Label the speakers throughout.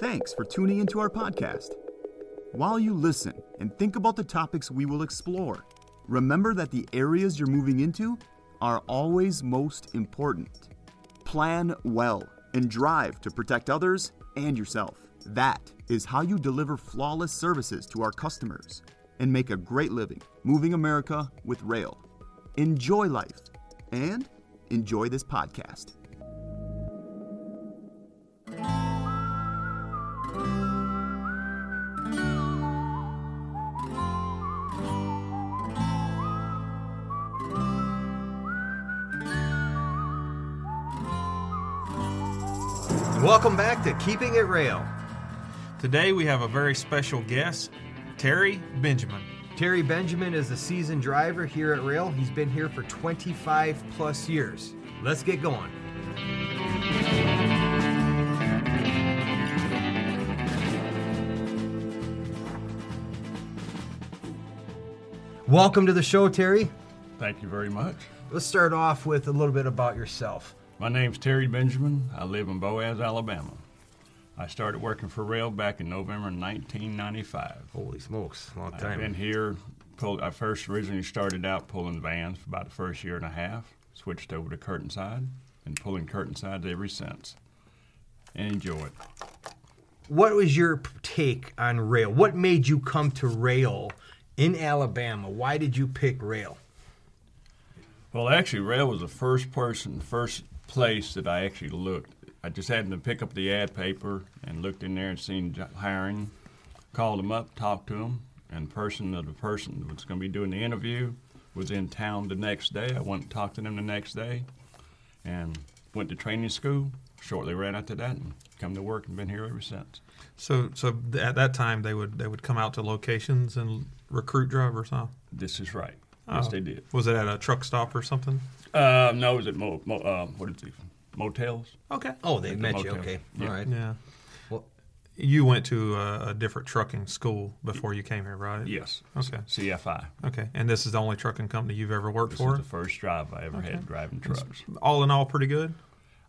Speaker 1: Thanks for tuning into our podcast. While you listen and think about the topics we will explore, remember that the areas you're moving into are always most important. Plan well and drive to protect others and yourself. That is how you deliver flawless services to our customers and make a great living moving America with rail. Enjoy life and enjoy this podcast.
Speaker 2: Welcome back to Keeping It Rail.
Speaker 3: Today we have a very special guest, Terry Benjamin.
Speaker 2: Terry Benjamin is a seasoned driver here at Rail. He's been here for 25 plus years. Let's get going. Welcome to the show, Terry.
Speaker 4: Thank you very much.
Speaker 2: Let's start off with a little bit about yourself.
Speaker 4: My name's Terry Benjamin. I live in Boaz, Alabama. I started working for rail back in November 1995.
Speaker 2: Holy smokes, long
Speaker 4: I've been here. Pulled, I first originally started out pulling vans for about the first year and a half. Switched over to curtain side, and pulling curtain sides ever since. And enjoy it.
Speaker 2: What was your p- take on rail? What made you come to rail in Alabama? Why did you pick rail?
Speaker 4: Well, actually, rail was the first person, first place that I actually looked. I just happened to pick up the ad paper and looked in there and seen jo- hiring. Called them up, talked to them, and the person the person that was going to be doing the interview was in town the next day. I went and talked to them the next day, and went to training school. Shortly ran after that and come to work and been here ever since.
Speaker 5: So, so th- at that time they would they would come out to locations and recruit drivers, huh?
Speaker 4: This is right. Yes,
Speaker 5: Oh.
Speaker 4: they did.
Speaker 5: Was it at a truck stop or something?
Speaker 4: Uh, no, it was at mo- mo- uh, what is it? Motels.
Speaker 5: Okay.
Speaker 2: Oh, they
Speaker 4: the
Speaker 2: met you.
Speaker 4: motel.
Speaker 2: Okay,
Speaker 4: Yeah.
Speaker 2: all right.
Speaker 5: Yeah.
Speaker 2: Well-
Speaker 5: you went to a, a different trucking school before you came here, right?
Speaker 4: Yes.
Speaker 5: Okay.
Speaker 4: CFI.
Speaker 5: Okay. And this is the only trucking company you've ever worked
Speaker 4: This
Speaker 5: for.
Speaker 4: is the first job I ever had driving trucks.
Speaker 5: all in all, pretty good.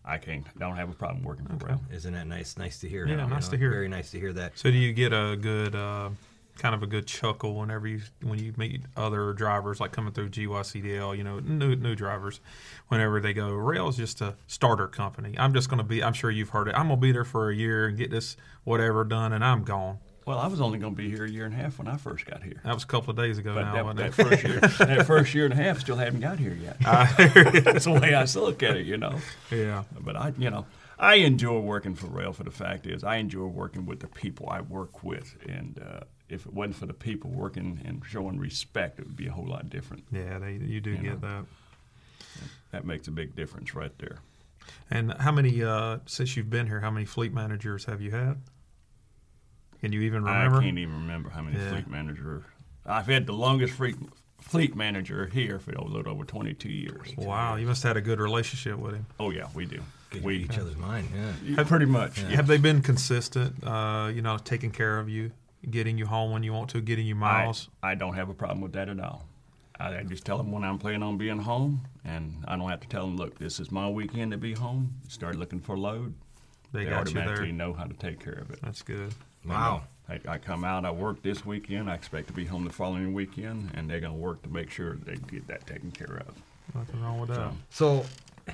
Speaker 4: I can't. Don't have a problem working for rail.
Speaker 2: Isn't that nice? Nice to hear.
Speaker 5: Yeah,
Speaker 2: you
Speaker 5: nice to hear.
Speaker 2: Very nice to hear that.
Speaker 5: So, do you get a good uh, kind of a good chuckle whenever you when you meet other drivers like coming through GYCDL? You know, new new drivers. Whenever they go, Rail's just a starter company. I'm just going to be. I'm sure you've heard it. I'm going to be there for a year and get this whatever done, and I'm gone.
Speaker 4: Well, I was only going to be here a year and a half when I first got here.
Speaker 5: That was a couple of days ago
Speaker 4: But
Speaker 5: now.
Speaker 4: that,
Speaker 5: wasn't
Speaker 4: that
Speaker 5: it?
Speaker 4: first year, that first year and a half, still haven't got here yet. That's the way I still look at it, you know.
Speaker 5: yeah.
Speaker 4: But I, you know, I enjoy working for rail. For the fact is, I enjoy working with the people I work with, and uh, if it wasn't for the people working and showing respect, it would be a whole lot different.
Speaker 5: Yeah, they, you do
Speaker 4: know.
Speaker 5: get that.
Speaker 4: That makes a big difference right there.
Speaker 5: And how many uh, since you've been here? How many fleet managers have you had? Can you even remember?
Speaker 4: I can't even remember how many
Speaker 5: Yeah.
Speaker 4: fleet manager. I've had the longest fleet, fleet manager here for a little over 22 years.
Speaker 5: Wow, you must have had a good relationship with him.
Speaker 4: Oh yeah, we do.
Speaker 2: Get
Speaker 4: We
Speaker 2: each other's mind. Yeah.
Speaker 4: Yeah, pretty much. Yeah.
Speaker 5: Have they been consistent? Uh, you know, taking care of you, getting you home when you want to, getting you
Speaker 4: I,
Speaker 5: miles.
Speaker 4: I don't have a problem with that at all. I, I just tell them when I'm planning on being home, and I don't have to tell them, look, this is my weekend to be home. Start looking for load.
Speaker 5: they got you
Speaker 4: automatically
Speaker 5: there.
Speaker 4: know how to take care of it.
Speaker 5: That's good.
Speaker 2: Wow.
Speaker 4: I, I come out, I work this weekend. I expect to be home the following weekend, and they're gonna work to make sure they get that taken care of.
Speaker 5: Nothing wrong with that.
Speaker 4: So-
Speaker 2: So,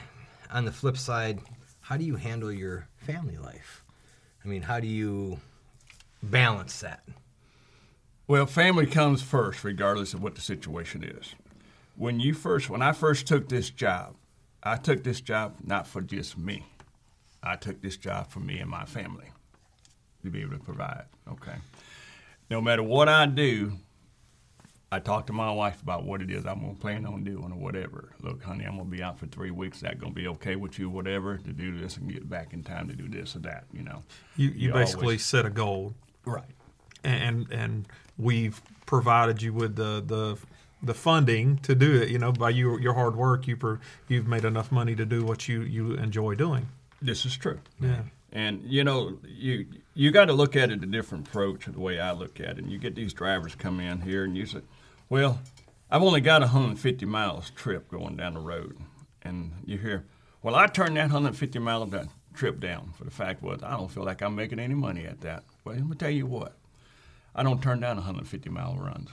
Speaker 2: on the flip side, how do you handle your family life? I mean, how do you balance that?
Speaker 4: Well, family comes first, regardless of what the situation is. When you first, when I first took this job, I took this job not for just me. I took this job for me and my family to be able to provide. Okay. No matter what I do, I talk to my wife about what it is I'm gonna plan on doing or whatever. Look, honey, I'm gonna be out for three weeks. Is that gonna be okay with you? Whatever to do this and get back in time to do this or that. You know.
Speaker 5: You you,
Speaker 4: You
Speaker 5: basically
Speaker 4: always-
Speaker 5: set a goal,
Speaker 4: Right.
Speaker 5: and and we've provided you with the the the funding to do it. You know, by your your hard work, you pro you've made enough money to do what you you enjoy doing.
Speaker 4: This is true.
Speaker 5: Yeah.
Speaker 4: And you know, you you got to look at it a different approach the way I look at it. And you get these drivers come in here and you say, "Well, I've only got a 150 miles trip going down the road," and you hear, "Well, I turned that 150 mile down trip down. For the fact was, I don't feel like I'm making any money at that. Well, let me tell you what, I don't turn down 150 mile runs.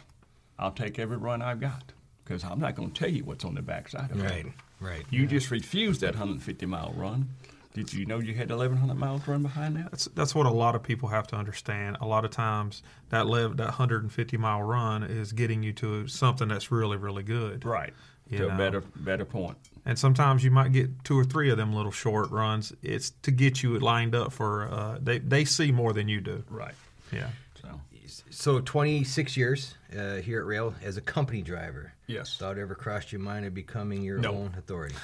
Speaker 4: I'll take every run I've got because I'm not going to tell you what's on the backside of it.
Speaker 2: Right, right.
Speaker 4: You just refused that 150 mile run. Did you know you had 1,100 miles run behind that?
Speaker 5: That's that's what a lot of people have to understand. A lot of times that live that 150 mile run is getting you to something that's really really good.
Speaker 4: Right.
Speaker 5: You
Speaker 4: to
Speaker 5: know.
Speaker 4: a better better point.
Speaker 5: And sometimes you might get two or three of them little short runs. It's to get you lined up for. Uh, they they see more than you do.
Speaker 4: Right.
Speaker 5: Yeah.
Speaker 4: So
Speaker 2: So 26 years uh, here at Rail as a company driver.
Speaker 4: Yes.
Speaker 2: Thought ever crossed your mind of becoming your
Speaker 4: No.
Speaker 2: own authority?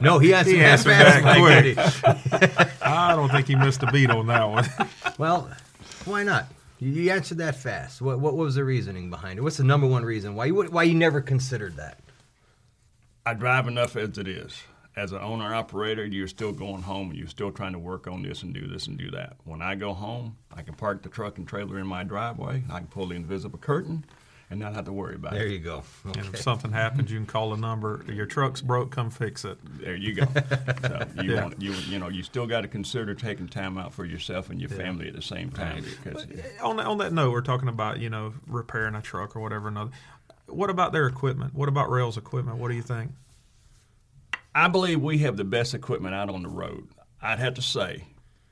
Speaker 2: no, he answered that
Speaker 5: answered
Speaker 2: fast.
Speaker 5: back
Speaker 2: Mike,
Speaker 5: quick.
Speaker 2: didn't he?
Speaker 5: I don't think he missed a beat on that one.
Speaker 2: Well, why not? You, you answered that fast. What, what was the reasoning behind it? What's the number one reason why you would- why you never considered that?
Speaker 4: I drive enough as it is. As an owner operator, you're still going home and you're still trying to work on this and do this and do that. When I go home, I can park the truck and trailer in my driveway. I can pull the invisible curtain and not have to worry about
Speaker 2: There
Speaker 4: it.
Speaker 2: you go.
Speaker 5: And if something happens, you can call a number. Your truck's broke. Come fix it.
Speaker 4: There you go. so you,
Speaker 5: Yeah.
Speaker 4: want, you, you know, you still got to consider taking time out for yourself and your family at the same time. Because,
Speaker 5: on that, on that note, we're talking about you know repairing a truck or whatever. Another. What about their equipment? What about Rail's equipment? What do you think?
Speaker 4: I believe we have the best equipment out on the road. I'd have to say,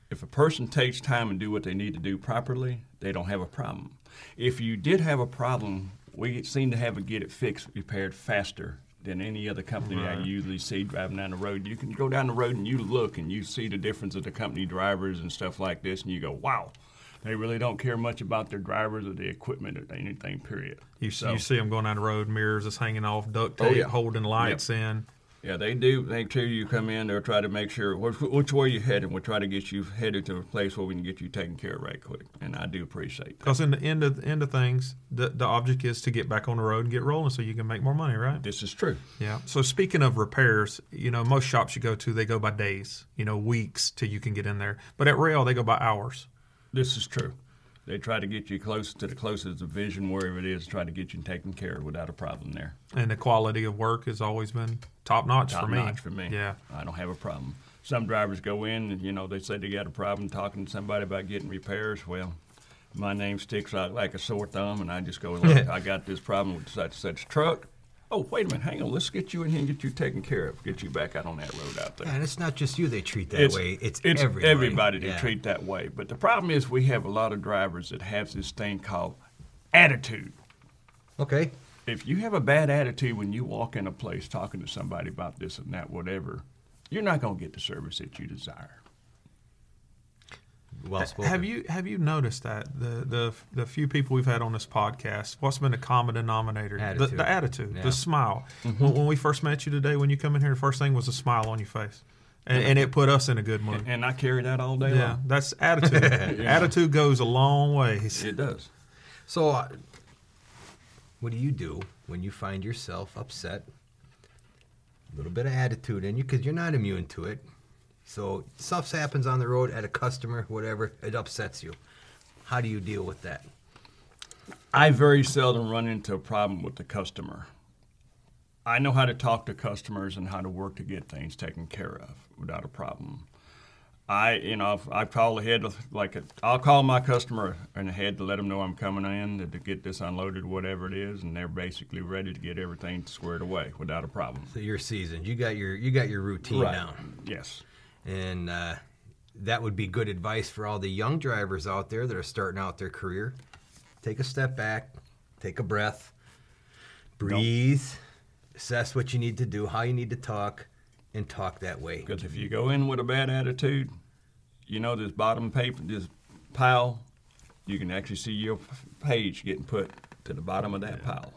Speaker 4: if a person takes time and do what they need to do properly, they don't have a problem. If you did have a problem, we seem to have a get it fixed, repaired faster than any other company I usually see driving down the road. You can go down the road and you look and you see the difference of the company drivers and stuff like this, and you go, wow. They really don't care much about their drivers or the equipment or anything, period.
Speaker 5: You, s
Speaker 4: So-
Speaker 5: you see them going down the road, mirrors is hanging off, duct
Speaker 4: Oh,
Speaker 5: tape
Speaker 4: yeah.
Speaker 5: holding lights in.
Speaker 4: Yeah, they do. They too. You come in, they'll try to make sure which, which way you're heading. We'll try to get you headed to a place where we can get you taken care of right quick. And I do appreciate that.
Speaker 5: Because in the end of end of things, the, the object is to get back on the road and get rolling, so you can make more money, right?
Speaker 4: This is true.
Speaker 5: Yeah. So speaking of repairs, you know most shops you go to, they go by days, you know weeks till you can get in there. But at Rail, they go by hours.
Speaker 4: This is true. They try to get you close to the closest division wherever it is. Try to get you taken care of without a problem there.
Speaker 5: And the quality of work has always been top notch
Speaker 4: Top
Speaker 5: for me.
Speaker 4: notch for me.
Speaker 5: Yeah.
Speaker 4: I don't have a problem. Some drivers go in and you know they say they got a problem talking to somebody about getting repairs. Well, my name sticks out like a sore thumb, and I just go, look, I got this problem with such such truck. Oh, wait a minute, hang on. Let's get you in here and get you taken care of. Get you back out on that road out there.
Speaker 2: And it's not just you they treat that way. It's,
Speaker 4: everybody,
Speaker 2: everybody.
Speaker 4: they
Speaker 2: Yeah.
Speaker 4: treat that way. But the problem is we have a lot of drivers that have this thing called attitude.
Speaker 2: Okay.
Speaker 4: If you have a bad attitude when you walk in a place talking to somebody about this and that, whatever, you're not going to get the service that you desire.
Speaker 2: Well spoken.
Speaker 5: Have you have you noticed that the the the few people we've had on this podcast, what's been the common denominator? The,
Speaker 2: Attitude.
Speaker 5: the attitude,
Speaker 2: Yeah.
Speaker 5: the smile.
Speaker 4: Mm-hmm.
Speaker 5: When, when we first met you today, when you come in here, the first thing was a smile on your face, and, and it put us in a good mood.
Speaker 4: And I carry that all day
Speaker 5: yeah,
Speaker 4: long.
Speaker 5: that's attitude. Attitude goes a long ways.
Speaker 4: It does.
Speaker 2: So, uh, what do you do when you find yourself upset? A little bit of attitude in you because you're not immune to it. So, stuff happens on the road at a customer, whatever, it upsets you. How do you deal with that?
Speaker 4: I very seldom run into a problem with the customer. I know how to talk to customers and how to work to get things taken care of without a problem. I, you know, if I call ahead, like I'll call my customer in ahead to let them know I'm coming in to get this unloaded, whatever it is, and they're basically ready to get everything squared away without a problem.
Speaker 2: So you're seasoned. You got your you got your routine down,
Speaker 4: Yes.
Speaker 2: and uh, that would be good advice for all the young drivers out there that are starting out their career. Take a step back, take a breath, breathe, assess what you need to do, how you need to talk, and talk that way.
Speaker 4: Because if you go in with a bad attitude, you know this bottom paper, this pile, you can actually see your page getting put to the bottom of that pile.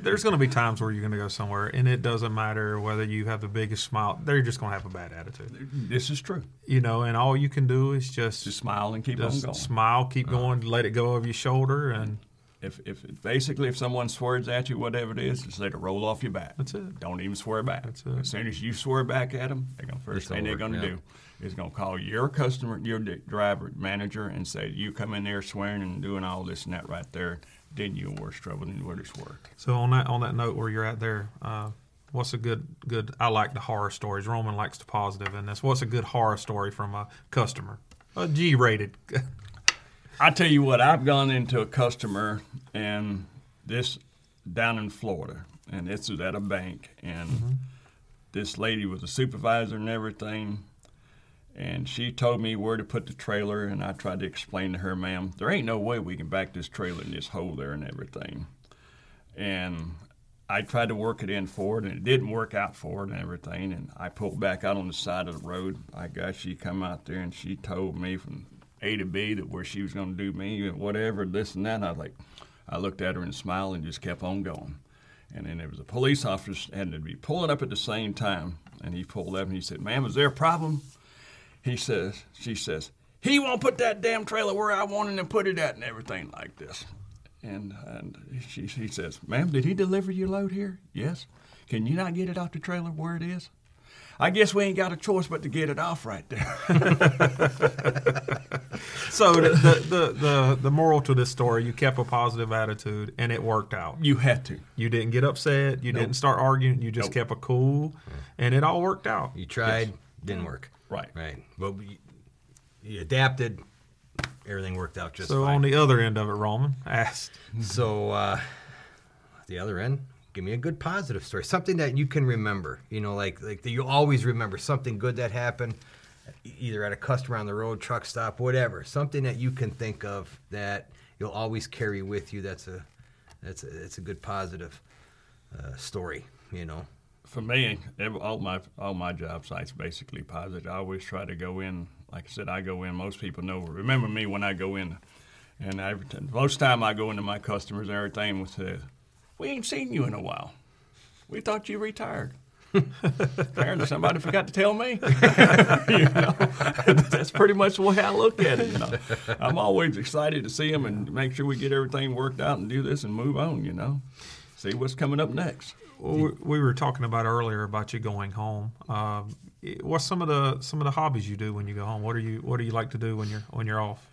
Speaker 5: There's going to be times where you're going to go somewhere, and it doesn't matter whether you have the biggest smile. They're just going to have a bad attitude,
Speaker 4: This is true.
Speaker 5: you know. And all you can do is just
Speaker 4: Just smile and keep on
Speaker 5: just
Speaker 4: going. Uh-huh.
Speaker 5: smile, keep going, let it go over your shoulder, and
Speaker 4: if, if basically if someone swears at you, whatever it is, just let it roll off your back.
Speaker 5: That's it.
Speaker 4: Don't even swear back.
Speaker 5: That's it.
Speaker 4: As soon as you swear back at them, they're gonna first
Speaker 2: It's
Speaker 4: thing they're
Speaker 2: over,
Speaker 4: gonna
Speaker 2: yeah.
Speaker 4: do is gonna call your customer, your d- driver, manager, and say you come in there swearing and doing all this and that right there. Then you're in worse trouble than what it's worth.
Speaker 5: So on that on that note, where you're at there, uh, What's a good good? I like the horror stories. Roman likes the positive in this. What's a good horror story from a customer? A G-rated.
Speaker 4: I tell you what, I've gone into a customer and this down in Florida, and this is at a bank, and this lady was a supervisor and everything, and she told me where to put the trailer, and I tried to explain to her, ma'am, there ain't no way we can back this trailer in this hole there and everything, and I tried to work it in for it, and it didn't work out for it and everything, and I pulled back out on the side of the road. I guess she come out there and she told me from A to B that where she was going to do me and whatever, this and that. And I was like, I looked at her and smiled and just kept on going. And then there was a police officer and they'd be pulling up at the same time. And he pulled up and he said, "Ma'am, is there a problem?" He says, "She says he won't put that damn trailer where I wanted to put it at and everything like this." And and she she says, "Ma'am, did he deliver your load here?" "Yes." "Can you not get it off the trailer where it is?" "I guess we ain't got a choice but to get it off right there."
Speaker 5: so the, the, the the the moral to this story: you kept a positive attitude, and it worked out.
Speaker 4: you had to.
Speaker 5: You didn't get upset. You didn't start arguing. You just
Speaker 4: Nope.
Speaker 5: kept a cool, and it all worked out.
Speaker 2: You tried, didn't work.
Speaker 4: Right.
Speaker 2: Right. But we, you adapted. Everything worked out just
Speaker 5: So
Speaker 2: fine.
Speaker 5: on the other end of it, Roman asked,
Speaker 2: So, uh, the other end, give me a good positive story, something that you can remember. You know, like like that you always remember something good that happened, e- either at a customer on the road, truck stop, whatever. Something that you can think of that you'll always carry with you. That's a that's a, that's a good positive uh, story. You know,
Speaker 4: for me, ev all my all my job sites basically positive. I always try to go in. Like I said, I go in. Most people know. Remember me when I go in, and every t- most time I go into my customers and everything with the, we ain't seen you in a while. We thought you retired. Apparently, somebody forgot to tell me. you know, that's pretty much the way I look at it. You know, I'm always excited to see them and make sure we get everything worked out and do this and move on. You know, see what's coming up next.
Speaker 5: well, we, "We were talking about earlier about you going home. Uh, it- what's some of the some of the hobbies you do when you go home? What are you What do you like to do when you're when you're off?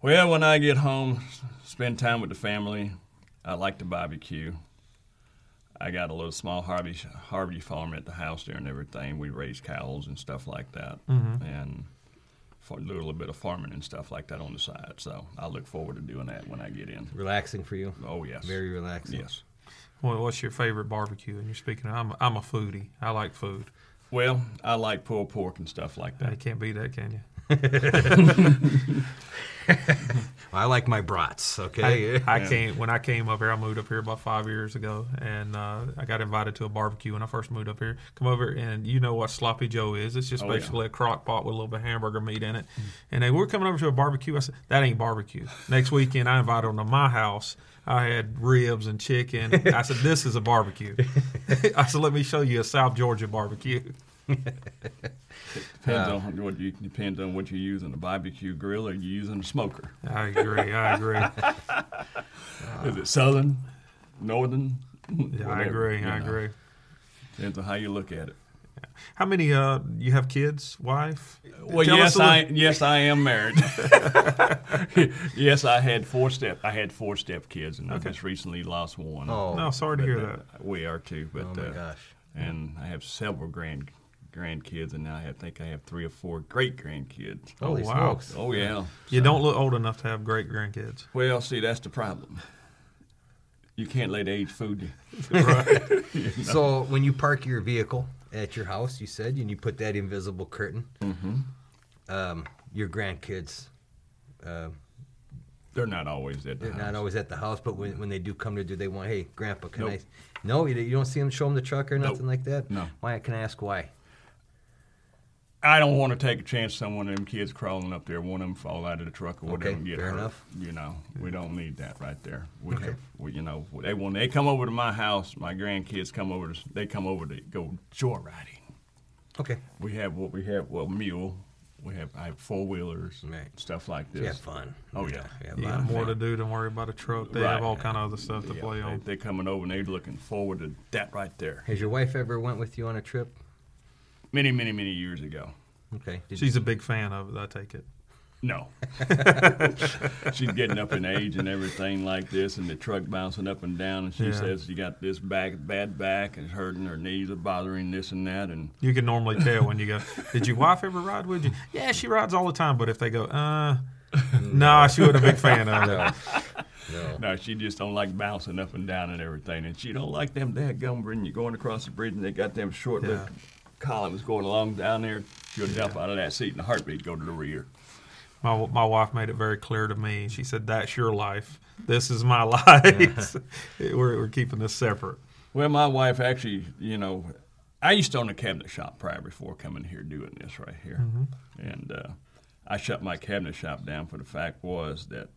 Speaker 4: Well, when I get home, s- spend time with the family. I like to barbecue. I got a little small Harvey Harvey farm at the house there and everything. We raise cows and stuff like that,
Speaker 5: Mm-hmm.
Speaker 4: and for, do a little bit of farming and stuff like that on the side. So I look forward to doing that when I get in.
Speaker 2: relaxing for you.
Speaker 4: Oh yes,
Speaker 2: Very relaxing.
Speaker 4: yes.
Speaker 5: What, what's your favorite barbecue? And you're speaking. I'm I'm a foodie. I like food.
Speaker 4: Well, I like pulled pork and stuff like
Speaker 5: You
Speaker 4: that.
Speaker 5: can't beat that, can you?
Speaker 2: I like my brats. Okay.
Speaker 5: I, I came when I came up here. I moved up here about five years ago, and uh, I got invited to a barbecue when I first moved up here. Come over, and you know what sloppy Joe is? It's just
Speaker 4: Oh, yeah.
Speaker 5: basically a crock pot with a little bit of hamburger meat in it. And they were coming over to a barbecue. I said that ain't barbecue. Next weekend, I invited them to my house. I had ribs and chicken. I said this is a barbecue. I said let me show you a South Georgia barbecue.
Speaker 4: Depends on what you depends on what you use in a barbecue grill or you using a smoker.
Speaker 5: I agree. I agree.
Speaker 4: Is it southern, northern?
Speaker 5: Yeah, I
Speaker 4: Whatever,
Speaker 5: agree.
Speaker 4: you
Speaker 5: I
Speaker 4: know.
Speaker 5: agree.
Speaker 4: Depends on how you look at it.
Speaker 5: How many? Uh, you have kids, wife?
Speaker 4: Well,
Speaker 5: Tell
Speaker 4: yes,
Speaker 5: us a little-
Speaker 4: I yes I am married. yes, I had four step. I had four step kids, and I just recently lost one.
Speaker 2: oh
Speaker 5: No, sorry to
Speaker 4: But,
Speaker 5: hear
Speaker 4: uh,
Speaker 5: that.
Speaker 4: we are too. But
Speaker 2: Oh, my
Speaker 4: uh,
Speaker 2: gosh.
Speaker 4: and I have several grand grandkids, and now I have- think I have three or four great grandkids.
Speaker 2: holy
Speaker 5: oh, wow.
Speaker 2: smokes!
Speaker 4: Oh yeah.
Speaker 5: You don't look old enough to have great grandkids.
Speaker 4: Well, see, that's the problem. You can't let age food you.
Speaker 2: So when you park your vehicle at your house, you said, and you put that invisible curtain, um, your grandkids,
Speaker 4: They're not always at the
Speaker 2: they're
Speaker 4: house.
Speaker 2: not always at the house, but when, when they do come to do, they want, hey, Grandpa, can I?
Speaker 4: Nope.
Speaker 2: No, you, you don't see them show them the truck or nothing like that?
Speaker 4: No.
Speaker 2: Why? Can I ask why?
Speaker 4: I don't want to take a chance. Someone of them kids crawling up there, one of them fall out of the truck or whatever,
Speaker 2: Okay,
Speaker 4: and get
Speaker 2: fair
Speaker 4: hurt.
Speaker 2: enough.
Speaker 4: You know, we don't need that right there. We, have, we you know, they when they come over to my house, my grandkids come over. To, they come over to go joyriding.
Speaker 2: Okay.
Speaker 4: We have what we have. Well, mule. We have I have four wheelers,
Speaker 2: Right.
Speaker 4: stuff like this.
Speaker 2: Yeah, fun.
Speaker 4: Oh yeah.
Speaker 2: Yeah,
Speaker 5: You
Speaker 2: lot
Speaker 5: got
Speaker 2: of
Speaker 5: more
Speaker 2: fun.
Speaker 5: to do than worry about a truck. They
Speaker 4: Right.
Speaker 5: have all kind of other stuff to
Speaker 4: Yeah,
Speaker 5: play on.
Speaker 4: They, are coming over and they're looking forward to that right there.
Speaker 2: Has your wife ever went with you on a trip?
Speaker 4: Many, many, many years ago.
Speaker 2: Okay. Did
Speaker 5: She's a big fan of it. I take it.
Speaker 4: No. she's getting up in age and everything like this, and the truck bouncing up and down. And she
Speaker 5: Yeah.
Speaker 4: says, You got this back, bad back, and it's hurting, her knees are bothering this and that. And
Speaker 5: You can normally tell when you go, Did your wife ever ride with you? Yeah, she rides all the time. But if they go, Uh, nah, she wasn't a big fan of it.
Speaker 2: No. No.
Speaker 4: no, she just don't like bouncing up and down and everything. And she don't like them dadgum when you're going across the bridge and they got them short lived
Speaker 5: Yeah.
Speaker 4: columns going along down there. She'll jump out of that seat and the heartbeat go to the rear.
Speaker 5: My, my wife made it very clear to me. She said, That's your life. This is my life. we're, we're keeping this separate.
Speaker 4: Well, my wife actually, you know, I used to own a cabinet shop prior before coming here doing this right here, and uh, I shut my cabinet shop down for the fact was that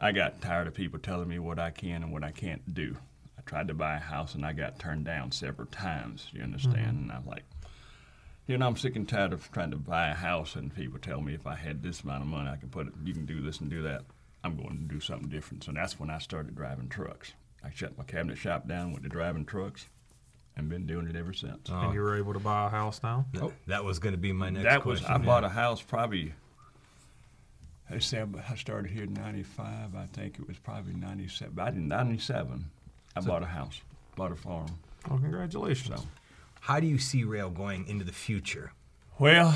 Speaker 4: I got tired of people telling me what I can and what I can't do. I tried to buy a house and I got turned down several times. You understand? And I'm like, you know, I'm sick and tired of trying to buy a house and people tell me if I had this amount of money, I can put it, you can do this and do that. I'm going to do something different. So that's when I started driving trucks. I shut my cabinet shop down with the driving trucks and been doing it ever since.
Speaker 5: And you were able to buy a house now?
Speaker 2: Th- Oh. That was going to be my next
Speaker 4: that was,
Speaker 2: question.
Speaker 4: I bought
Speaker 2: yeah.
Speaker 4: a house probably, I say I b- I started here in 95. I think it was probably 97. I didn't, 97. I bought a house, bought a farm.
Speaker 5: Well, congratulations.
Speaker 4: So.
Speaker 2: How do you see rail going into the future?
Speaker 4: Well,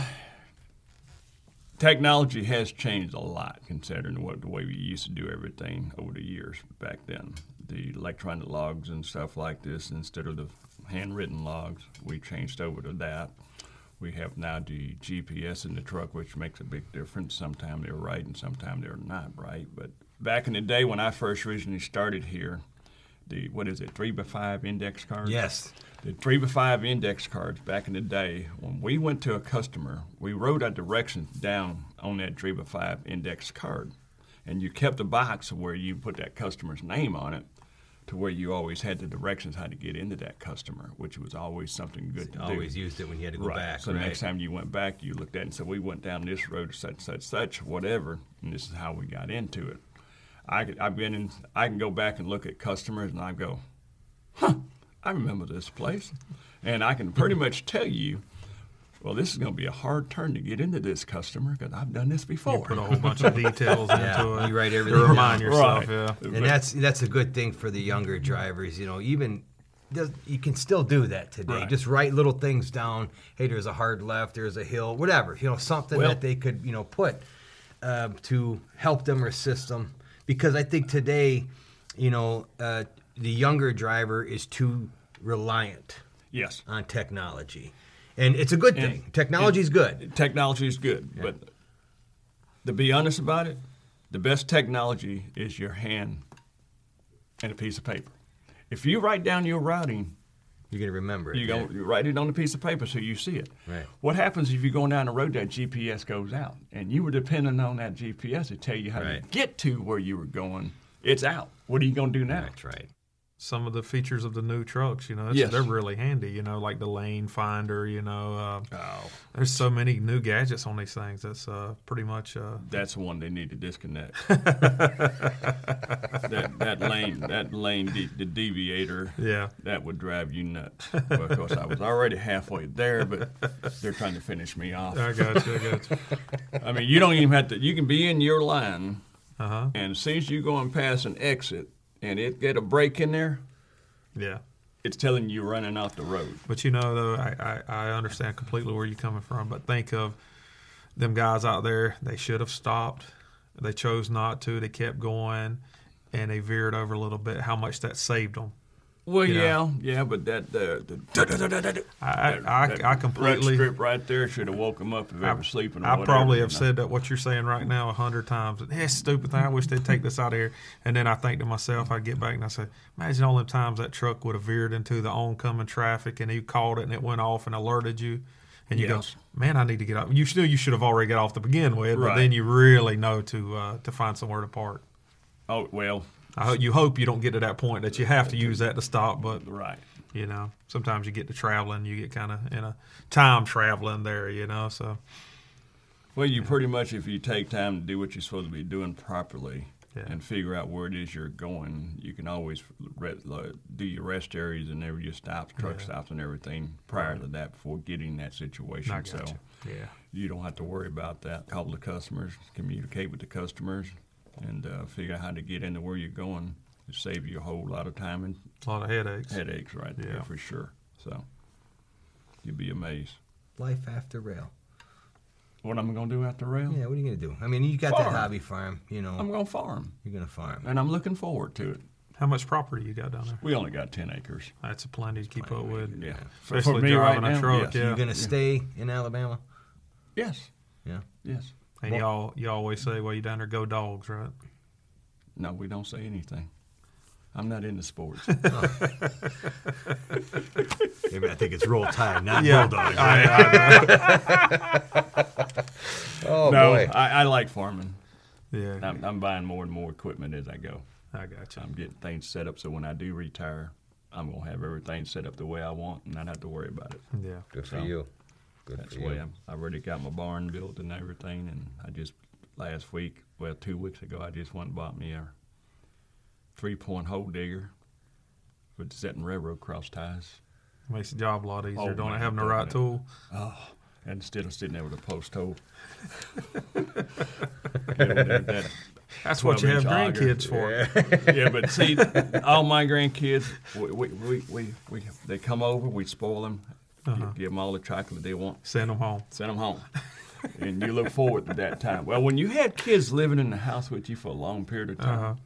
Speaker 4: technology has changed a lot considering what the way we used to do everything over the years back then. The electronic logs and stuff like this, instead of the handwritten logs, we changed over to that. We have now the GPS in the truck, which makes a big difference. Sometimes they're right and sometimes they're not right. But back in the day when I first originally started here, the what is it, three by five index card?
Speaker 2: Yes.
Speaker 4: the three by five index cards back in the day, when we went to a customer, we wrote our directions down on that three by five index card. And you kept a box where you put that customer's name on it to where you always had the directions how to get into that customer, which was always something good to
Speaker 2: Always
Speaker 4: do.
Speaker 2: used it when you had to go
Speaker 4: right.
Speaker 2: back.
Speaker 4: so
Speaker 2: right?
Speaker 4: next time you went back, you looked at it and said, we went down this road, such, such, such, whatever, and this is how we got into it. I could, I've been in, I can go back and look at customers and I go, I remember this place. And I can pretty much tell you, well, this is going to be a hard turn to get into this customer because I've done this before.
Speaker 5: Put a whole bunch of details into
Speaker 2: Yeah,
Speaker 5: it.
Speaker 2: you write everything
Speaker 5: to remind
Speaker 2: down.
Speaker 5: yourself.
Speaker 4: Right.
Speaker 5: Yeah.
Speaker 2: and that's that's a good thing for the younger drivers. You know, even does, you can still do that today.
Speaker 4: Right.
Speaker 2: Just write little things down. Hey, there's a hard left. There's a hill. Whatever. You know, something
Speaker 4: Well-
Speaker 2: that they could you know put uh, to help them or assist them. Because I think today, you know, uh, the younger driver is too reliant
Speaker 4: Yes.
Speaker 2: on technology, and it's a good thing. Technology is good.
Speaker 4: Technology is good, but to be honest about it, the best technology is your hand and a piece of paper. If you write down your routing,
Speaker 2: You're gonna remember it.
Speaker 4: you go you write it on a piece of paper so you see it.
Speaker 2: Right.
Speaker 4: What happens if you're going down the road that GPS goes out and you were depending on that GPS to tell you how to
Speaker 2: Right.
Speaker 4: get to where you were going? It's out. What are you going to do now?
Speaker 2: That's right.
Speaker 5: Some of the features of the new trucks, you know, it's-
Speaker 4: Yes.
Speaker 5: they're really handy, you know, like the lane finder, you know. Uh,
Speaker 4: Oh,
Speaker 5: there's so many new gadgets on these things. That's uh, pretty much. Uh,
Speaker 4: that's the one they need to disconnect. that, that lane, that lane, de- the deviator.
Speaker 5: Yeah.
Speaker 4: That would drive you nuts. Well, of course, I was already halfway there, but they're trying to finish me off.
Speaker 5: I got you. I got you.
Speaker 4: I mean, you don't even have to. You can be in your line,
Speaker 5: Uh-huh.
Speaker 4: and as soon as you go and pass an exit, and it get a break in there,
Speaker 5: Yeah.
Speaker 4: it's telling you running off the road.
Speaker 5: But you know, though, I, I, I understand completely where you're coming from. But think of them guys out there. They should have stopped. They chose not to. They kept going, and they veered over a little bit. How much that saved them.
Speaker 4: Well,
Speaker 5: Yeah.
Speaker 4: yeah, yeah, but that the, the that-
Speaker 5: I- I-
Speaker 4: that
Speaker 5: I
Speaker 4: road
Speaker 5: completely-
Speaker 4: strip right there should have woke him up if ever sleeping. or
Speaker 5: I
Speaker 4: whatever,
Speaker 5: probably
Speaker 4: you
Speaker 5: have
Speaker 4: know.
Speaker 5: said that what you're saying right now a hundred times. Hey, stupid thing! I wish they'd take this out of here. And then I think to myself, I get back and I say, imagine all them times that truck would have veered into the oncoming traffic and you called it and it went off and alerted you. And you
Speaker 4: Yes.
Speaker 5: go, man, I need to get off. You still, you should have already got off to begin with, but
Speaker 4: Right.
Speaker 5: then you really know to uh, to find somewhere to park.
Speaker 4: Oh well,
Speaker 5: I hope you hope you don't get to that point that you have to use that to stop, but
Speaker 4: right.
Speaker 5: you know, sometimes you get to traveling, you get kind of in a time traveling there, you know. So
Speaker 4: Well, you pretty much if you take time to do what you're supposed to be doing properly.
Speaker 5: Yeah.
Speaker 4: And figure out where it is you're going. You can always re- lo- do your rest areas and every your stops, truck stops, and everything prior to that before getting in that situation.
Speaker 5: I
Speaker 4: so,
Speaker 5: got you. Yeah.
Speaker 4: you don't have to worry about that. Call the customers, communicate with the customers, and uh, figure out how to get into where you're going. It save you a whole lot of time and
Speaker 5: A lot of headaches.
Speaker 4: headaches right there
Speaker 5: Yeah.
Speaker 4: for sure. So you'd be amazed.
Speaker 2: Life after rail.
Speaker 4: What am I going to do after rail?
Speaker 2: Yeah, what are you gonna do? I mean, you got
Speaker 4: Farm.
Speaker 2: that hobby farm, you know.
Speaker 4: I'm going to farm,
Speaker 2: you're gonna farm.
Speaker 4: and I'm looking forward to it.
Speaker 5: How much property you got down there?
Speaker 4: We only got 10 acres.
Speaker 5: That's a plenty to keep up with.
Speaker 4: Yeah.
Speaker 5: Especially driving a truck,
Speaker 4: yes.
Speaker 5: yeah.
Speaker 2: You're gonna stay in Alabama.
Speaker 4: Yes.
Speaker 2: Yeah.
Speaker 4: Yes.
Speaker 5: And y'all, you always say, "Well, you down there go dogs, right?"
Speaker 4: No, we don't say anything. I'm not into sports.
Speaker 2: Maybe I think it's roll tide, not
Speaker 5: Yeah.
Speaker 2: bulldogs. Oh
Speaker 4: no,
Speaker 2: boy.
Speaker 4: I, I like farming.
Speaker 5: Yeah,
Speaker 4: I'm, I'm buying more and more equipment as I go.
Speaker 5: I got you.
Speaker 4: I'm getting things set up so when I do retire, I'm gonna have everything set up the way I want, and not have to worry about it.
Speaker 5: Yeah,
Speaker 2: Good for
Speaker 4: So,
Speaker 2: you. Good
Speaker 4: That's
Speaker 2: for
Speaker 4: the way
Speaker 2: you.
Speaker 4: I'm, I already got my barn built and everything, and I just last week, well, two weeks ago, I just went and bought me a three-point hole digger with setting railroad cross ties.
Speaker 5: makes the job a lot easier.
Speaker 4: Oh,
Speaker 5: Don't
Speaker 4: man,
Speaker 5: have the
Speaker 4: doesn't
Speaker 5: right
Speaker 4: it?
Speaker 5: tool.
Speaker 4: And instead of sitting there with a post hole, You know, that- that-
Speaker 5: That's what you have
Speaker 4: 12 -inch auger.
Speaker 5: grandkids for.
Speaker 4: yeah, but see, all my grandkids, we, we, we, we, we they come over, we spoil them, give, give them all the chocolate they want,
Speaker 5: Send them home.
Speaker 4: send them home. and you look forward to that time. Well, when you had kids living in the house with you for a long period of
Speaker 5: Uh-huh.
Speaker 4: time,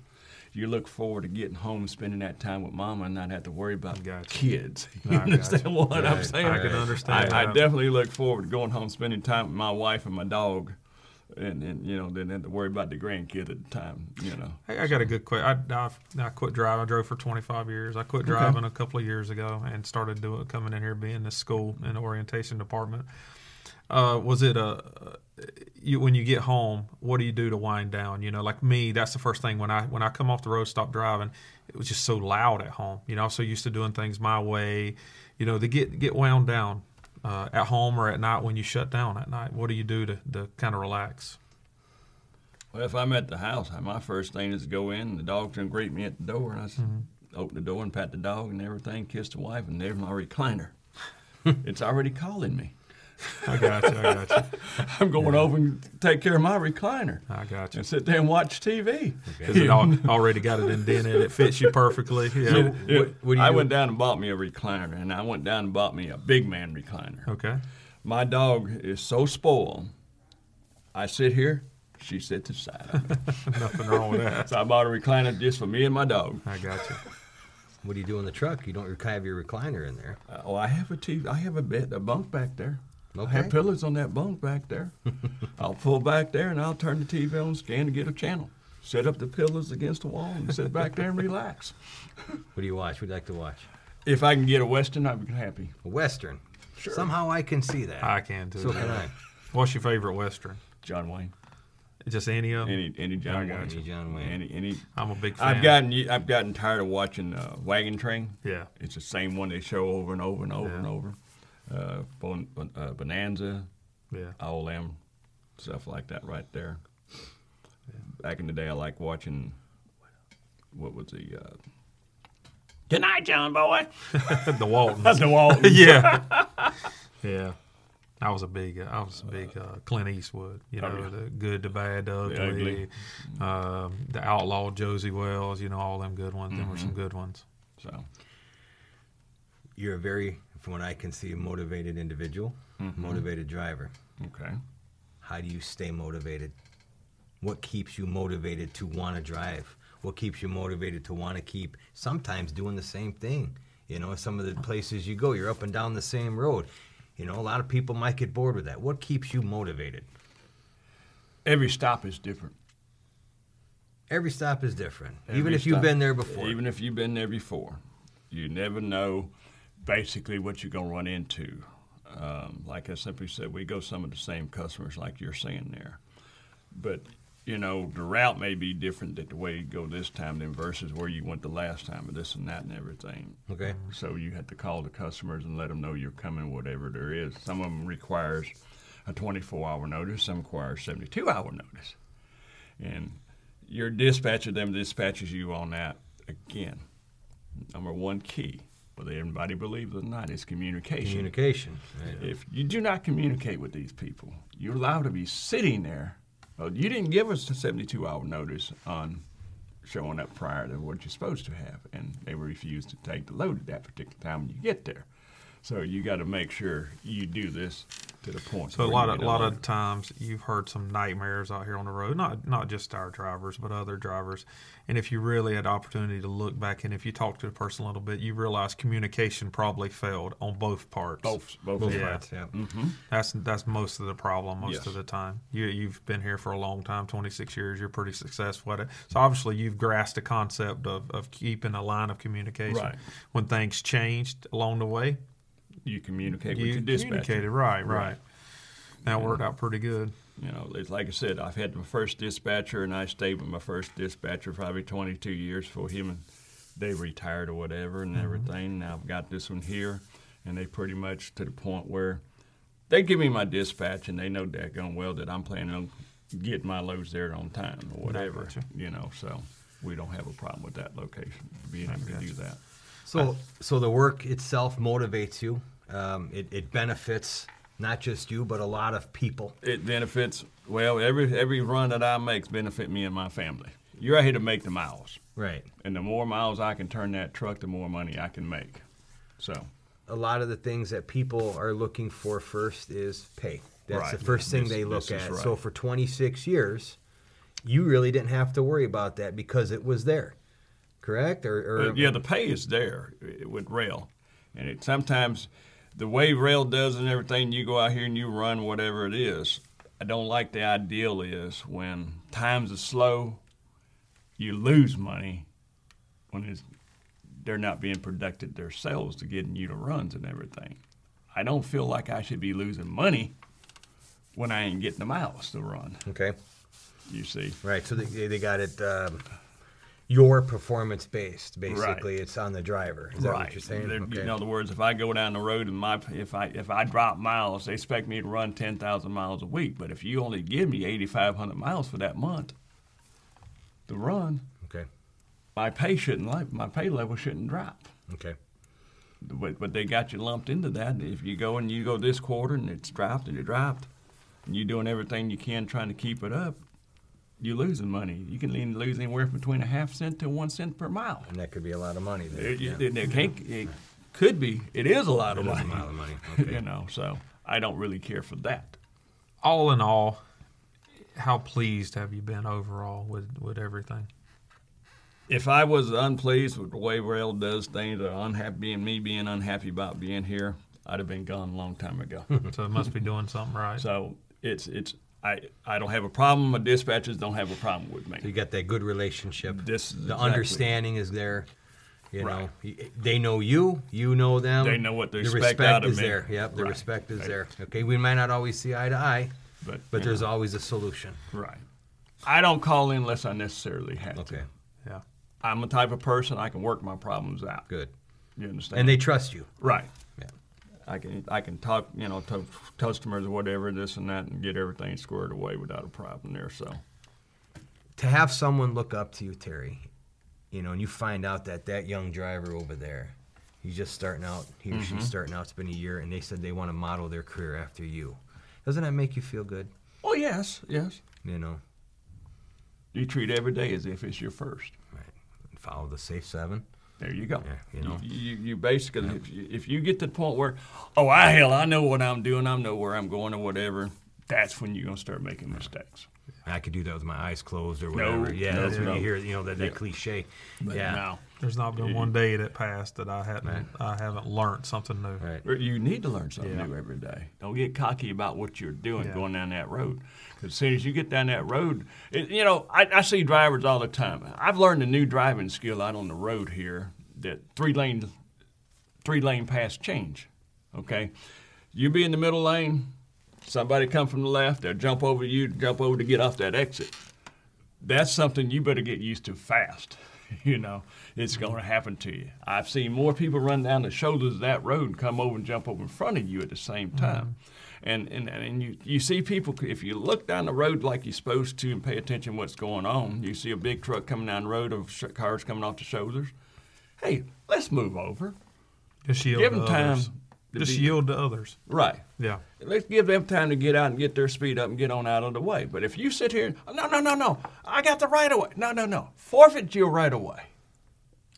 Speaker 4: you look forward to getting home, spending that time with mama, and not have to worry about
Speaker 5: Gotcha.
Speaker 4: kids. You
Speaker 5: I gotcha.
Speaker 4: understand what I'm saying?
Speaker 5: I can understand
Speaker 4: I, I
Speaker 5: that.
Speaker 4: definitely look forward to going home, spending time with my wife and my dog. And, and you know, then have to worry about the grandkid at the time, you know.
Speaker 5: Hey, I got a good question. I, I, I quit driving. I drove for 25 years. I quit driving a couple of years ago and started doing coming in here being the school and orientation department. Uh, was it a uh, you, when you get home? What do you do to wind down? You know, like me, that's the first thing when I when I come off the road, stop driving. It was just so loud at home. You know, I'm so used to doing things my way. You know, to get get wound down uh, at home or at night when you shut down at night. What do you do to, to kind of relax?
Speaker 4: Well, if I'm at the house, my first thing is to go in, and the dog's gonna greet me at the door, and I s-
Speaker 2: Mm-hmm.
Speaker 4: open the door and pat the dog and everything, kiss the wife, and there's my recliner. it's already calling me.
Speaker 5: I got you. I got you.
Speaker 4: I'm going over and take care of my recliner
Speaker 5: I got you.
Speaker 4: and sit there and watch TV.
Speaker 5: because it al- already got it indented. It fits you perfectly. Yeah.
Speaker 4: Yeah.
Speaker 2: what do
Speaker 4: I
Speaker 2: you-
Speaker 4: went down and bought me a recliner, and I went down and bought me a big man recliner.
Speaker 5: Okay.
Speaker 4: My dog is so spoiled. I sit here, she sits aside. of me.
Speaker 5: Nothing wrong with that.
Speaker 4: so I bought a recliner just for me and my dog.
Speaker 5: I got you.
Speaker 2: What do you do in the truck? You don't rec- have your recliner in there.
Speaker 4: Oh, I have a TV. I have a bed, a bunk back there. I
Speaker 2: Okay.
Speaker 4: have pillows on that bunk back there. I'll pull back there and I'll turn the TV on, scan to get a channel. Set up the pillows against the wall and sit back there and relax.
Speaker 2: What do you watch? What do you like to watch?
Speaker 4: If I can get a Western, I'd be happy.
Speaker 2: A Western. Somehow I can see that.
Speaker 5: I can do
Speaker 2: so
Speaker 5: that.
Speaker 2: can I.
Speaker 5: What's your favorite Western?
Speaker 4: John Wayne,
Speaker 5: Just any of them?
Speaker 4: any any John
Speaker 5: got
Speaker 4: Wayne,
Speaker 2: you. Any John Wayne.
Speaker 4: any any.
Speaker 5: I'm a big fan.
Speaker 4: I've gotten y- I've gotten tired of watching uh, Wagon Train.
Speaker 5: Yeah.
Speaker 4: it's the same one they show over and over and over
Speaker 5: Yeah.
Speaker 4: and over. Uh, bon, bon- uh, Bonanza,
Speaker 5: Yeah.
Speaker 4: all them Oh. stuff like that right there. Back in the day, I liked watching. What was the? Uh, Tonight, John boy.
Speaker 5: the Walton.
Speaker 4: That's the Walton.
Speaker 5: yeah. Yeah. I was a big, I was a big uh, Clint Eastwood. You know,
Speaker 4: yeah.
Speaker 5: the good, the bad, the ugly,
Speaker 4: The ugly.
Speaker 5: um, the outlaw Josie Wells. You know, all them good ones. Them were some good ones.
Speaker 4: So
Speaker 2: You're a very, from what I can see, motivated individual, motivated driver.
Speaker 4: okay,
Speaker 2: How do you stay motivated? What keeps you motivated to want to drive? What keeps you motivated to want to keep sometimes doing the same thing? You know, some of the places you go, you're up and down the same road. You know, a lot of people might get bored with that. What keeps you motivated?
Speaker 4: every stop is different.
Speaker 2: Every stop is different, even
Speaker 4: Every
Speaker 2: if you've
Speaker 4: stop-
Speaker 2: been there before.
Speaker 4: Even if you've been there before, you never know basically what you're gonna run into. Um, like I simply said, we go some of the same customers, like you're saying there, but you know the route may be different that the way you go this time than versus where you went the last time, and this and that and everything.
Speaker 2: okay.
Speaker 4: So you have to call the customers and let them know you're coming, whatever there is. Some of them requires a 24-hour notice. Some require 72-hour notice. And your dispatcher then dispatches you on that again. Number one key But everybody believes or not, it's communication.
Speaker 2: Communication. Right.
Speaker 4: If you do not communicate with these people, you're liable to be sitting there. Well, you didn't give us the 72 hour notice on showing up prior to what you're supposed to have, and they refuse to take the load at that particular time when you get there. So you got to make sure you do this to the point.
Speaker 5: So a
Speaker 4: where
Speaker 5: lot
Speaker 4: you
Speaker 5: of
Speaker 4: get
Speaker 5: lot
Speaker 4: load.
Speaker 5: of times you've heard some nightmares out here on the road. Not not just our drivers, but other drivers. And if you really had the opportunity to look back and if you talk to the person a little bit, you realize communication probably failed on both parts.
Speaker 4: both both
Speaker 5: Both
Speaker 4: yeah. Mm-hmm.
Speaker 5: yeah.
Speaker 2: That's- yeah.
Speaker 5: That's that's most of the problem most
Speaker 4: Yes.
Speaker 5: of the time. You you've been here for a long time, 26 years. You're pretty successful at it. So obviously you've grasped the concept of, of keeping a line of communication.
Speaker 4: Right.
Speaker 5: When things changed along the way,
Speaker 4: you communicate
Speaker 5: you
Speaker 4: with your dispatcher.
Speaker 5: communicated. Right, right. That worked out pretty good.
Speaker 4: You know, it's like I said, I've had my first dispatcher, and I stayed with my first dispatcher probably 22 years for him, and they retired or whatever and everything. Now I've got this one here, and they pretty much to the point where they give me my dispatch, and they know daggone well that I'm planning on getting my loads there on time or whatever.
Speaker 5: gotcha.
Speaker 4: You know, so we don't have a problem with that location being able to do that.
Speaker 2: So, so the work itself motivates you. Um, it, it benefits not just you, but a lot of people.
Speaker 4: It benefits well every every run that I make benefit me and my family. You're out here to make the miles.
Speaker 2: Right.
Speaker 4: and the more miles I can turn that truck, the more money I can make. So,
Speaker 2: A lot of the things that people are looking for first is pay. That's
Speaker 4: Right.
Speaker 2: the first thing
Speaker 4: This-
Speaker 2: they
Speaker 4: this
Speaker 2: look
Speaker 4: is
Speaker 2: at.
Speaker 4: right.
Speaker 2: So for 26 years, you really didn't have to worry about that because it was there, correct? Or, or
Speaker 4: but Uh, yeah, the pay is there uh, with rail, and it sometimes the way rail does and everything. You go out here and you run whatever it is. I don't like the ideal is when times are slow, you lose money when it's, they're not being productive themselves to getting you to runs and everything. I don't feel like I should be losing money when I ain't getting the miles to run.
Speaker 2: okay,
Speaker 4: You see.
Speaker 2: right. So they, they got it. Um, your performance based, basically, it's on the driver. Is that
Speaker 4: right.
Speaker 2: what you're saying?
Speaker 4: They're-
Speaker 2: Okay.
Speaker 4: In other words, if I go down the road and my if I if I drop miles, they expect me to run ten thousand miles a week. But if you only give me eighty five hundred miles for that month to run,
Speaker 2: okay.
Speaker 4: my pay shouldn't like my pay level shouldn't drop.
Speaker 2: Okay.
Speaker 4: But but they got you lumped into that. If you go and you go this quarter and it's dropped and it dropped, and you're doing everything you can trying to keep it up, you're losing money. You can lean- lose anywhere from between a half cent to one cent per mile.
Speaker 2: And that could be a lot of money. There.
Speaker 4: It,
Speaker 2: yeah.
Speaker 4: it- it can't- it could be. It is a lot of
Speaker 2: It is
Speaker 4: money.
Speaker 2: a lot of money,
Speaker 4: you know, so I don't really care for that.
Speaker 5: all in all, how pleased have you been overall with, with everything?
Speaker 4: If I was unpleased with the way rail does things, or unhappy being me being unhappy about being here, I'd have been gone a long time ago.
Speaker 5: So it must be doing something right.
Speaker 4: so it's it's I I don't have a problem. My dispatchers don't have a problem with me.
Speaker 2: You got that good relationship.
Speaker 4: This is
Speaker 2: the
Speaker 4: exactly-
Speaker 2: understanding is there. You
Speaker 4: Right.
Speaker 2: know, Y- they know you. You know them.
Speaker 4: They know what to
Speaker 2: the
Speaker 4: expect
Speaker 2: respect
Speaker 4: out of
Speaker 2: is
Speaker 4: me.
Speaker 2: there. Yep, the
Speaker 4: Right.
Speaker 2: respect is
Speaker 4: Right.
Speaker 2: there. Okay, we might not always see eye to eye,
Speaker 4: But
Speaker 2: but
Speaker 4: you
Speaker 2: there's
Speaker 4: know,
Speaker 2: always a solution.
Speaker 4: right. I don't call in unless I necessarily have
Speaker 2: Okay,
Speaker 4: to.
Speaker 5: yeah.
Speaker 4: I'm the type of person I can work my problems out.
Speaker 2: good.
Speaker 4: You understand?
Speaker 2: And they trust you.
Speaker 4: right.
Speaker 2: Yeah.
Speaker 4: I can I can talk you know to customers or whatever this and that and get everything squared away without a problem there. So
Speaker 2: To have someone look up to you, Terry, you know, and you find out that that young driver over there, he's just starting out. He or
Speaker 4: Mm-hmm.
Speaker 2: she's starting out. It's been a year, and they said they want to model their career after you. Doesn't that make you feel good?
Speaker 4: oh yes, yes.
Speaker 2: You know,
Speaker 4: You treat every day as if it's your first.
Speaker 2: right? Follow the safe seven.
Speaker 4: There you go.
Speaker 2: Yeah, you know.
Speaker 4: you, you, you basically if, you, if you get to the point where oh I hell I know what I'm doing I know where I'm going or whatever that's when you're gonna start making mistakes.
Speaker 2: I could do that with my eyes closed or
Speaker 4: No,
Speaker 2: whatever. yeah,
Speaker 4: no,
Speaker 2: that's when
Speaker 4: no.
Speaker 2: you hear, you know, that, that cliche. yeah.
Speaker 4: Now
Speaker 5: There's not been one day that passed that I hadn't I haven't learned something new.
Speaker 2: All right.
Speaker 4: you need to learn something
Speaker 5: Yeah.
Speaker 4: new every day. Don't get cocky about what you're doing
Speaker 5: Yeah.
Speaker 4: going down that road. 'Cause as soon as you get down that road, it, you know, I, I see drivers all the time. I've learned a new driving skill out on the road here that three lane, three lane pass change. Okay, you be in the middle lane, somebody come from the left, they'll jump over you, jump over to get off that exit that's something you better get used to fast. You know, it's going to happen to you. I've seen more people run down the shoulders of that road and come over and jump over in front of you at the same time. And, and, and you, you see people, if you look down the road like you're supposed to and pay attention what's going on, you see a big truck coming down the road of sh- cars coming off the shoulders. Hey, let's move over.
Speaker 5: Just yield
Speaker 4: Give
Speaker 5: to
Speaker 4: 'em time
Speaker 5: others.
Speaker 4: to
Speaker 5: Just
Speaker 4: be-
Speaker 5: yield to others.
Speaker 4: Right.
Speaker 5: Yeah.
Speaker 4: Let's give them time to get out and get their speed up and get on out of the way. But if you sit here, no, no, no, no, I got the right of way. No, no, no. Forfeit your right of way.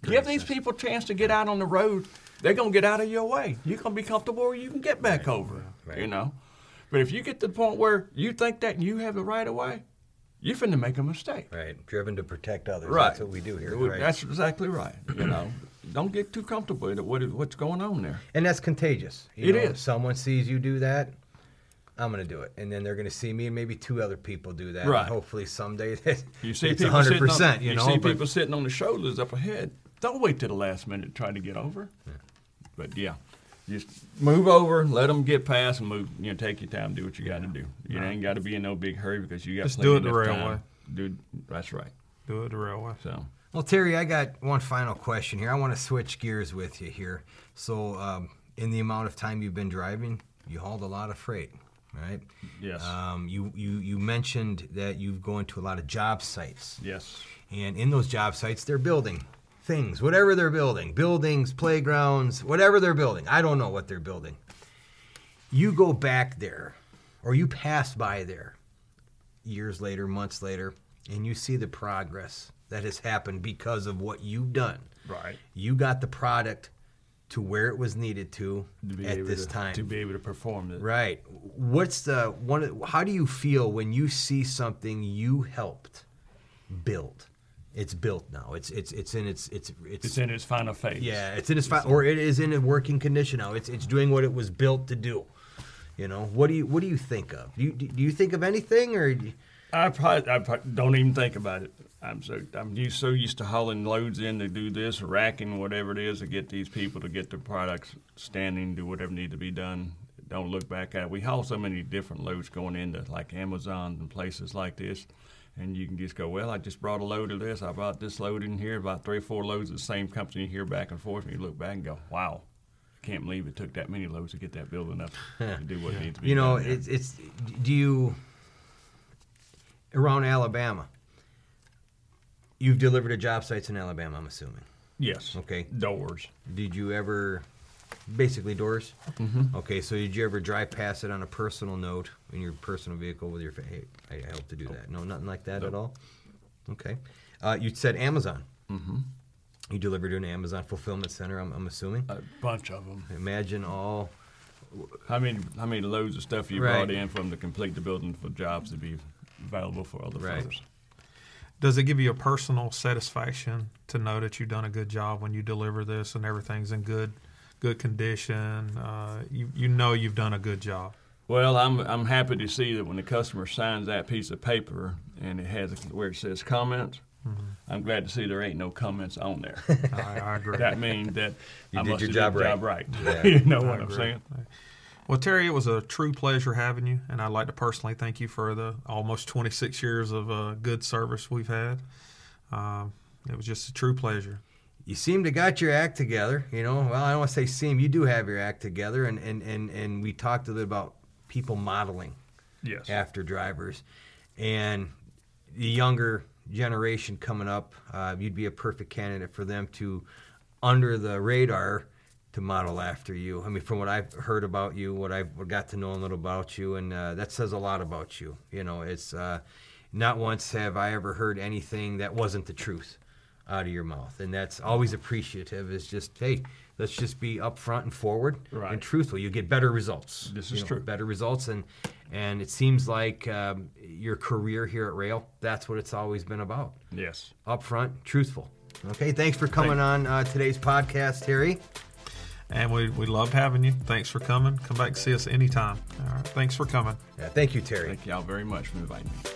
Speaker 4: Give these people a chance to get out on the road. They're going to get out of your way. You're going to be comfortable where you can get back over,
Speaker 2: Right.
Speaker 4: you know. But if you get to the point where you think that you have the right of way, you're finna make a mistake.
Speaker 2: Right. Driven to protect others.
Speaker 4: Right.
Speaker 2: That's what we do here.
Speaker 4: We-
Speaker 2: right.
Speaker 4: That's exactly right. You know, don't get too comfortable with what is, what's going on there.
Speaker 2: and that's contagious. You
Speaker 4: It
Speaker 2: know,
Speaker 4: is.
Speaker 2: Someone sees you do that, I'm going to do it, and then they're going to see me, and maybe two other people do that. and
Speaker 4: Right.
Speaker 2: hopefully someday that
Speaker 4: You see
Speaker 2: it's
Speaker 4: people
Speaker 2: 100.
Speaker 4: sitting
Speaker 2: percent
Speaker 4: on,
Speaker 2: You
Speaker 4: you
Speaker 2: know,
Speaker 4: see
Speaker 2: but-
Speaker 4: people sitting on the shoulders up ahead. Don't wait till the last minute to try to get over. But yeah, just move over, let them get past, and move. You know, take your time, do what you got to do. You ain't got to be in no big hurry because you got
Speaker 5: Just
Speaker 4: plenty
Speaker 5: do it the
Speaker 4: enough
Speaker 5: railway.
Speaker 4: time. Dude, that's right.
Speaker 5: Do it the railway.
Speaker 4: So
Speaker 2: Well, Terry, I got one final question here. I want to switch gears with you here. So, um, in the amount of time you've been driving, you hauled a lot of freight, right?
Speaker 4: Yes.
Speaker 2: Um, you, you you mentioned that you've gone to a lot of job sites.
Speaker 4: yes,
Speaker 2: And in those job sites, they're building things, whatever they're building buildings, playgrounds, whatever they're building. I don't know what they're building. You go back there, or you pass by there years later, months later, and you see the progress that has happened because of what you've done.
Speaker 4: right.
Speaker 2: You got the product to where it was needed to,
Speaker 4: To be
Speaker 2: at
Speaker 4: able
Speaker 2: this
Speaker 4: to-
Speaker 2: time.
Speaker 4: to be able to perform it.
Speaker 2: Right. What's the one? How do you feel when you see something you helped build? It's built now. It's it's it's in its it's it's,
Speaker 4: It's in its final phase.
Speaker 2: yeah. It's in its fi- or it is in a working condition now. It's it's doing what it was built to do. You know what do you what do you think of? Do you do you think of anything or? do you-
Speaker 4: I probably, I probably don't even think about it. I'm so I'm used, so used to hauling loads in to do this, racking whatever it is to get these people to get their products standing, do whatever need to be done. Don't look back at it. We haul so many different loads going into like Amazon and places like this, and you can just go, well, I just brought a load of this. I brought this load in here, about three or four loads of the same company here, back and forth. And you look back and go, wow, I can't believe it took that many loads to get that building up to do what needs to be
Speaker 2: you know,
Speaker 4: done there."
Speaker 2: it's, it's do you around Alabama? You've delivered to job sites in Alabama, I'm assuming.
Speaker 4: yes,
Speaker 2: Okay.
Speaker 4: doors.
Speaker 2: Did you ever, basically doors? Mm-hmm. Okay, so did you ever drive past it on a personal note in your personal vehicle with your? fa- Hey, I helped to do that. No, nothing like that at all. Okay, uh, you said Amazon. Mm-hmm. You delivered to an Amazon fulfillment center. I'm, I'm assuming.
Speaker 4: A bunch of them.
Speaker 2: Imagine all.
Speaker 4: How many how many loads of stuff you
Speaker 2: Right.
Speaker 4: brought in from to complete the building for jobs to be available for other
Speaker 2: Right.
Speaker 4: folks?
Speaker 5: Does it give you a personal satisfaction to know that you've done a good job when you deliver this and everything's in good good condition? Uh, you you know you've done a good job.
Speaker 4: Well, I'm I'm happy to see that when the customer signs that piece of paper and it has where it says comments,
Speaker 2: Mm-hmm.
Speaker 4: I'm glad to see there ain't no comments on there.
Speaker 5: I, I agree.
Speaker 4: that means that
Speaker 2: Ah, You
Speaker 4: I
Speaker 2: did
Speaker 4: must
Speaker 2: your
Speaker 4: have
Speaker 2: job
Speaker 4: did
Speaker 2: right.
Speaker 4: job right.
Speaker 2: Yeah.
Speaker 4: you know what
Speaker 5: I
Speaker 4: I'm
Speaker 5: agree.
Speaker 4: saying?
Speaker 5: Well, Terry, it was a true pleasure having you, and I'd like to personally thank you for the almost 26 years of uh, good service we've had. Um, it was just a true pleasure.
Speaker 2: You seem to got your act together, you know. Well, I don't want to say seem. You do have your act together, and and and and we talked a little about people modeling.
Speaker 4: Yes.
Speaker 2: after drivers. And the younger generation coming up, uh, you'd be a perfect candidate for them to, under the radar, to model after you. I mean, from what I've heard about you, what I've got to know a little about you, and uh, that says a lot about you. You know, it's uh, not once have I ever heard anything that wasn't the truth out of your mouth, and that's always appreciative. Is just hey, let's just be upfront and forward and
Speaker 4: Right.
Speaker 2: truthful. You get better results.
Speaker 4: This
Speaker 2: you
Speaker 4: is
Speaker 2: know,
Speaker 4: true.
Speaker 2: Better results, and and it seems like um, your career here at Rail, that's what it's always been about.
Speaker 4: Yes.
Speaker 2: Upfront, truthful. Okay, thanks for coming on uh, today's podcast, Terry.
Speaker 5: And we, we loved having you. Thanks for coming. Come back and see us anytime. All right. Thanks for coming.
Speaker 2: Yeah, thank you, Terry.
Speaker 4: Thank y'all very much for inviting me.